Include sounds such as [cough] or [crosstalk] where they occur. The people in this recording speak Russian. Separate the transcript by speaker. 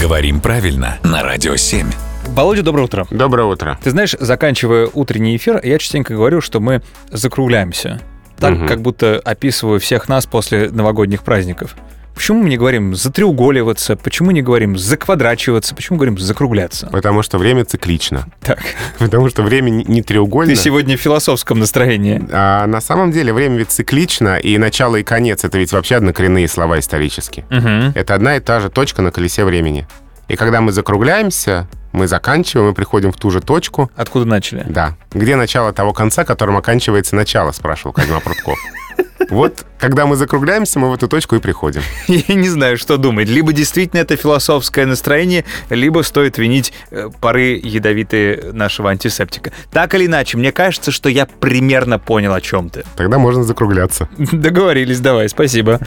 Speaker 1: Говорим правильно на Радио 7.
Speaker 2: Володя, доброе утро.
Speaker 3: Доброе утро.
Speaker 2: Ты знаешь, заканчивая утренний эфир, я частенько говорю, что мы закругляемся. Так,
Speaker 3: Мгм.
Speaker 2: как будто описываю всех нас после новогодних праздников. Почему мы не говорим «затреуголиваться», почему не говорим «заквадрачиваться», почему говорим «закругляться»?
Speaker 3: Потому что время циклично. [laughs]
Speaker 2: Так,
Speaker 3: Потому что время не- не треугольно.
Speaker 2: ты сегодня в философском настроении.
Speaker 3: А на самом деле время ведь циклично, и начало и конец — это ведь вообще однокоренные слова исторически.
Speaker 2: Мгм.
Speaker 3: Это одна и та же точка на колесе времени. И когда мы закругляемся, мы заканчиваем и приходим в ту же точку.
Speaker 2: Откуда начали?
Speaker 3: Да. Где начало того конца, которым оканчивается начало, спрашивал Козьма [laughs] Прутков. Вот, когда мы закругляемся, мы в эту точку и приходим.
Speaker 2: [laughs] Я не знаю, что думать. Либо действительно это философское настроение, либо стоит винить э, пары ядовитые нашего антисептика. Так или иначе, мне кажется, что я примерно понял, о чем ты. [laughs]
Speaker 3: Тогда можно закругляться.
Speaker 2: Договорились, давай, спасибо.